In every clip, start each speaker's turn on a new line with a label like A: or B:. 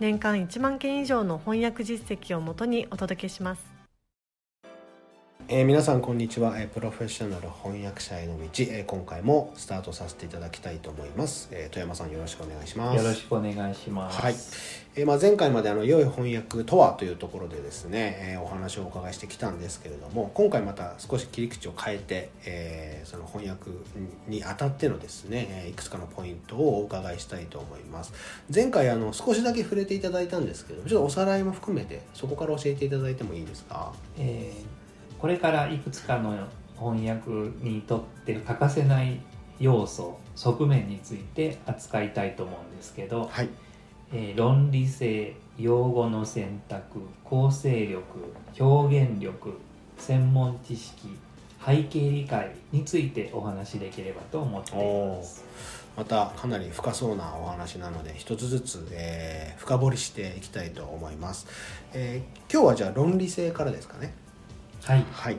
A: 年間1万件以上の翻訳実績をもとにお届けします
B: えー皆さんこんにちは、えープロフェッショナル翻訳者への道、えー今回もスタートさせていただきたいと思います、えー富山さんよろしくお願いします
C: よろしくお願いします。
B: はいえーまあ、前回まであの良い翻訳とはというところでですね、えーお話をお伺いしてきたんですけれども今回また少し切り口を変えて、えーその翻訳にあたってのですねえーいくつかのポイントをお伺いしたいと思います前回あの少しだけ触れていただいたんですけどちょっとおさらいも含めてそこから教えていただいてもいいですか
C: えーこれからいくつかの翻訳にとって欠かせない要素、側面について扱いたいと思うんですけど、
B: はい
C: えー論理性、用語の選択、構成力、表現力、専門知識、背景理解についてお話しできればと思っています。
B: またかなり深そうなお話なので一つずつ、えー深掘りしていきたいと思います、えー今日はじゃあ論理性からですかね
C: はい。
B: はい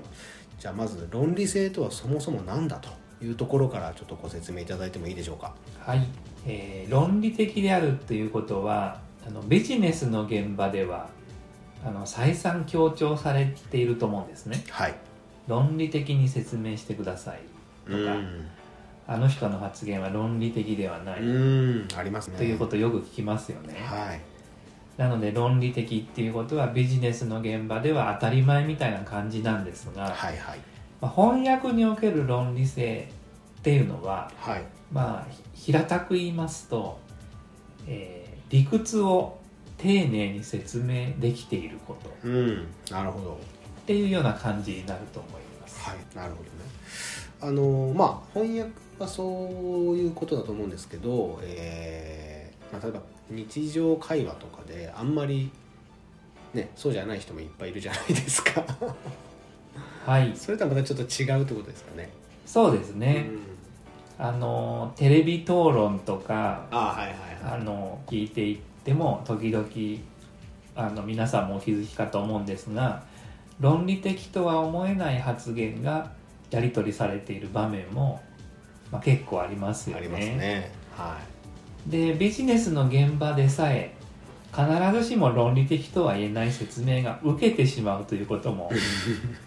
B: じゃあまず論理性とはそもそも何だというところからちょっとご説明いただいてもいいでしょうか
C: はい、えー論理的であるということはあのビジネスの現場ではあの再三強調されていると思うんですね
B: はい
C: 論理的に説明してください
B: うん
C: あの人の発言は論理的ではない、
B: うんありますね
C: ということよく聞きますよね、
B: はい
C: なので論理的っていうことはビジネスの現場では当たり前みたいな感じなんです
B: は
C: が、
B: いはい
C: まあ翻訳における論理性っていうのは
B: はい
C: まあひ平たく言いますと、えー理屈を丁寧に説明できていることっ
B: うんなるほど
C: ていうような感じになると思います。
B: はい、なるほどね。あのまあ翻訳はそういうことだと思うんですけど、えーまあ、例えば日常会話とかであんまり、ね、そうじゃない人もいっぱいいるじゃないですか
C: はい、
B: それとはまたちょっと違うってことですかね。
C: そうです
B: う
C: ね、
B: ん、
C: あのテレビ討論とか
B: あはいはいは
C: あ
B: い。
C: の聞いていっても時々あの皆さんもお気づきかと思うんですが論理的とは思えない発言がやり取りされている場面も、まあ、結構ありますよ
B: ありますね。は
C: でビジネスの現場でさえ必ずしも論理的とは言えない説明が受けてしまうというこ とも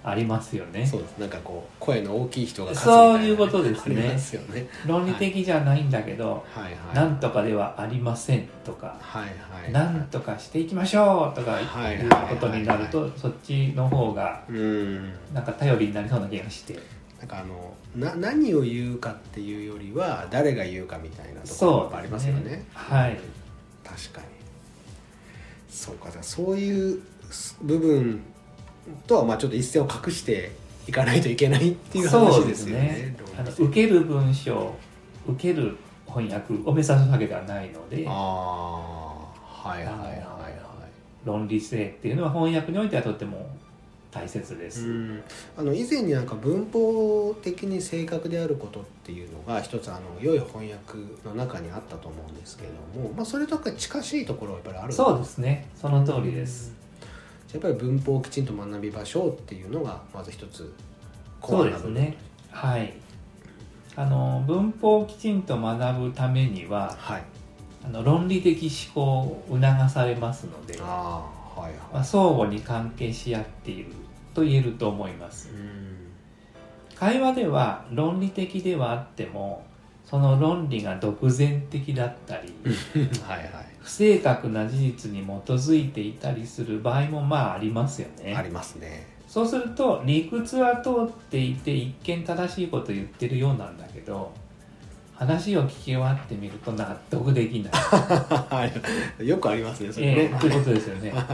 C: ありますよ
B: い、
C: ね
B: そうですなんかこう声の大きい人が
C: そういうことですね
B: ありますよね。
C: 論理的じゃないんだけど、
B: はいはい。
C: なんとかではありませんとか、
B: はいはい。
C: なんとかしていきましょうとか
B: はい
C: いうことになると、そっちの方が
B: うん。
C: なんか頼りになりそうな気がして
B: なんかあのな何を言うかっていうよりは誰が言うかみたいなところ
C: そう
B: がありますよね
C: はい
B: 確かにそうかじゃあそういうす部分とはまあちょっと一線を隠していかないといけないっていう
C: そ
B: 話
C: う
B: で
C: ですす
B: よ
C: ね
B: ね
C: あの受ける文章受ける翻訳を目指すわけではないので
B: ああーはいはいはいはい
C: 論理性っていうのは翻訳においてはとっても大切で
B: う
C: す、
B: ん、あの以前になんか文法的に正確であることっていうのが一つあの良い翻訳の中にあったと思うんですけれども、まあ、それとか近しいところはやっぱりあるんですね
C: そうですねその通りです、
B: やっぱり文法をきちんと学びましょうっていうのがまず一つ
C: そうですねはいあの文法をきちんと学ぶためには
B: はい
C: あの論理的思考を促されますので、ま
B: ああはいは
C: あ、相互に関係し合っていると言えると思いま
B: い
C: す
B: うん
C: 会話では論理的ではあってもその論理が独善的だったり
B: はいはい
C: 不正確な事実に基づいていたりする場合もまあありますよね
B: ありますね
C: そうすると理屈は通っていて一見正しいこと言ってるようなんだけど話を聞き終わってみると納得できない、
B: はいよくありますねそれ
C: え
B: ね
C: ー、ということですよね
B: はい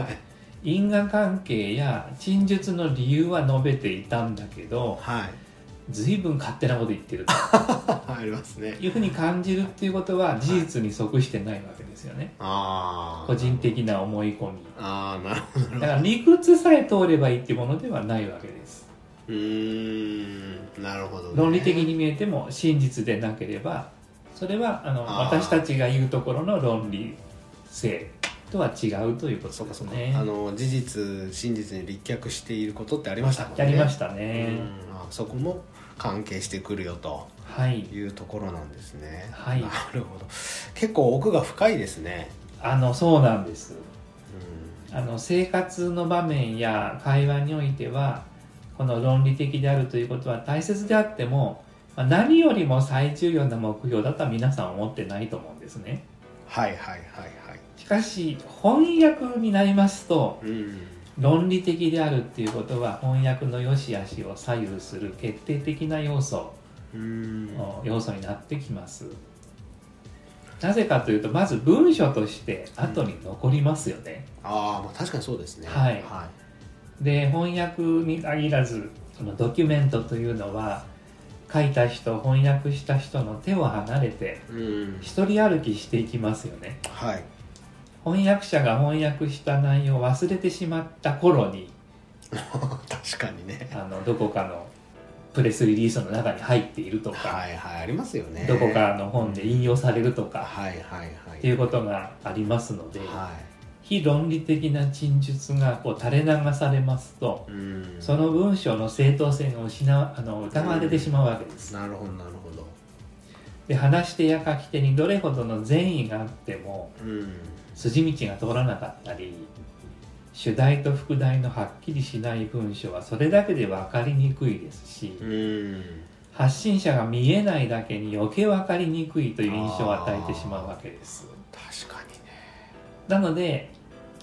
C: 因果関係や陳述の理由は述べていたんだけど
B: はい
C: 随分勝手なこと言ってる
B: ありますね
C: というふうに感じるっていうことは事実に即してないわけですよね
B: ああ
C: 個人的な思い込み
B: ああなるほどなるほ
C: だ
B: ど
C: から理屈さえ通ればいいっていうものではないわけです
B: うーんなるほど、ね、
C: 論理的に見えても真実でなければそれはあの
B: あー
C: 私たちが言うところの論理性とは違うということですね
B: あの事実真実に立脚していることってありましたもんね
C: やりました
B: う
C: ね、
B: んあそこも関係してくるよと
C: はい
B: いうところなんですね
C: はい
B: なるほど結構奥が深いですね
C: あのそうなんですあの生活の場面や会話においてはこの論理的であるということは大切であってもまあ何よりも最重要な目標だとは皆さん思ってないと思うんですね
B: はいはいはいはい
C: しかし翻訳になりますと
B: うん
C: 論理的であるっていうことは翻訳の良し悪しを左右する決定的な要素
B: うん
C: 要素になってきますなぜかというとまず文書として後に残りますよね、
B: ああまあ確かにそうですね
C: はい
B: は
C: で翻訳に限らずそのドキュメントというのは書いた人翻訳した人の手を離れて
B: い、うん
C: 一人歩きしていきますよね
B: はい
C: 翻訳者が翻訳した内容を忘れてしまった頃に
B: 確かにね
C: あのどこかのプレスリリースの中に入っているとか、
B: はいはいありますよね
C: どこかの本で引用されるとか
B: はいはいはい
C: っていうことがありますので、
B: は
C: 非論理的な陳述がこう垂れ流されますと
B: いうん
C: その文章の正当性が失うあの疑われてしまうわけです、
B: なるほどなるほど
C: で話し手や書き手にどれほどの善意があっても
B: うん
C: 筋道が通らなかったり主題と副題のはっきりしない文章はそれだけで分かりにくいですし
B: うん
C: 発信者が見えないだけに余計分かりにくいという印象を与えてしまうわけです
B: 確かにね
C: なので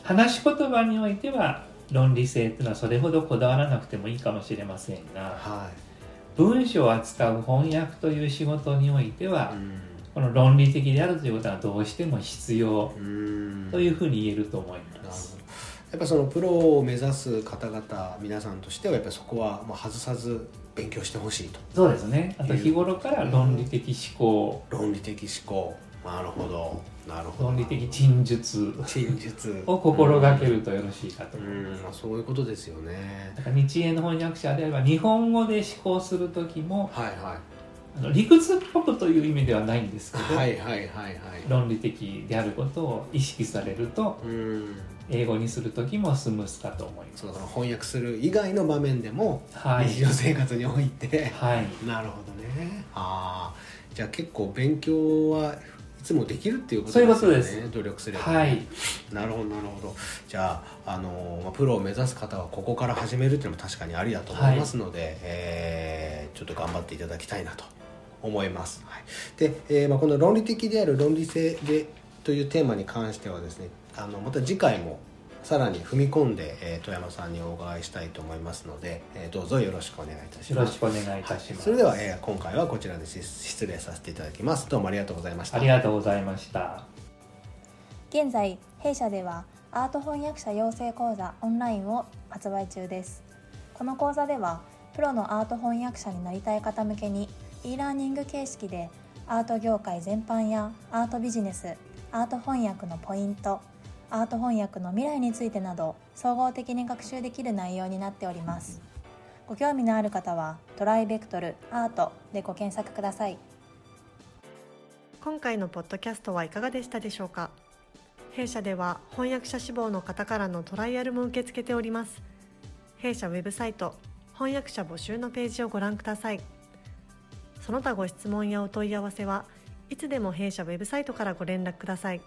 C: 話し言葉においては論理性というのはそれほどこだわらなくてもいいかもしれませんが
B: は
C: 文章を扱う翻訳という仕事においてはい
B: ん
C: この論理的であるということはどうしても必要
B: うん
C: というふうに言えると思い
B: なる
C: ま
B: ほ
C: す
B: ど。やっぱそのプロを目指す方々皆さんとしてはやっぱりそこはまあ外さず勉強してほしいと
C: そうですね。あと日頃から論理的思考、
B: 論理的思考なるほどなるほど
C: 論理的陳述
B: 陳述
C: を心がけるとよろしいかと
B: う
C: 思いま
B: ん
C: す。
B: まあそういうことですよね
C: だから日英の翻訳者であれば日本語で思考する時も
B: はい は
C: あの理屈っぽくという意味ではないんですけ
B: い
C: ど、
B: はいはいはいはい
C: 論理的であることを意識されると
B: うん
C: 英語にする時もスムースかと思います。
B: そうだから翻訳する以外の場面でも
C: はい
B: 日常生活において、
C: はい。
B: なるほどねああじゃあ結構勉強はいつもできるっていうこと
C: そういうこと
B: よね努力すれば、
C: はい、
B: なるほどなるほどじゃあ、あのまあ、プロを目指す方はここから始めるっていうのも確かにありだと思いますので、えーちょっと頑張っていただきたいなと思います、はい、で、えーまあ、この論理的である論理性でというテーマに関してはですねあのまた次回もさらに踏み込んで、えー富山さんにお伺いしたいと思いますので、えーどうぞよろしくお願いいたし
C: よろ
B: ま
C: し
B: す
C: くお願いいたします。
B: それでは、えー今回はこちらでし失礼させていただきますどうもありがとうございました
C: ありがとうございました。
D: 現在弊社ではアート翻訳者養成講座オンラインを発売中ですこの講座ではプロのアート翻訳者になりたい方向けに e ラーニング形式でアート業界全般やアートビジネスアート翻訳のポイントアート翻訳の未来についてなど総合的に学習できる内容になっておりますご興味のある方は「トライベクトルアート」でご検索ください
A: 今回のポッドキャストはいかがでしたでしょうか弊社では翻訳者志望の方からのトライアルも受け付けております弊社ウェブサイト翻訳者募集のページをご覧くださいその他ご質問やお問い合わせはいつでも弊社ウェブサイトからご連絡ください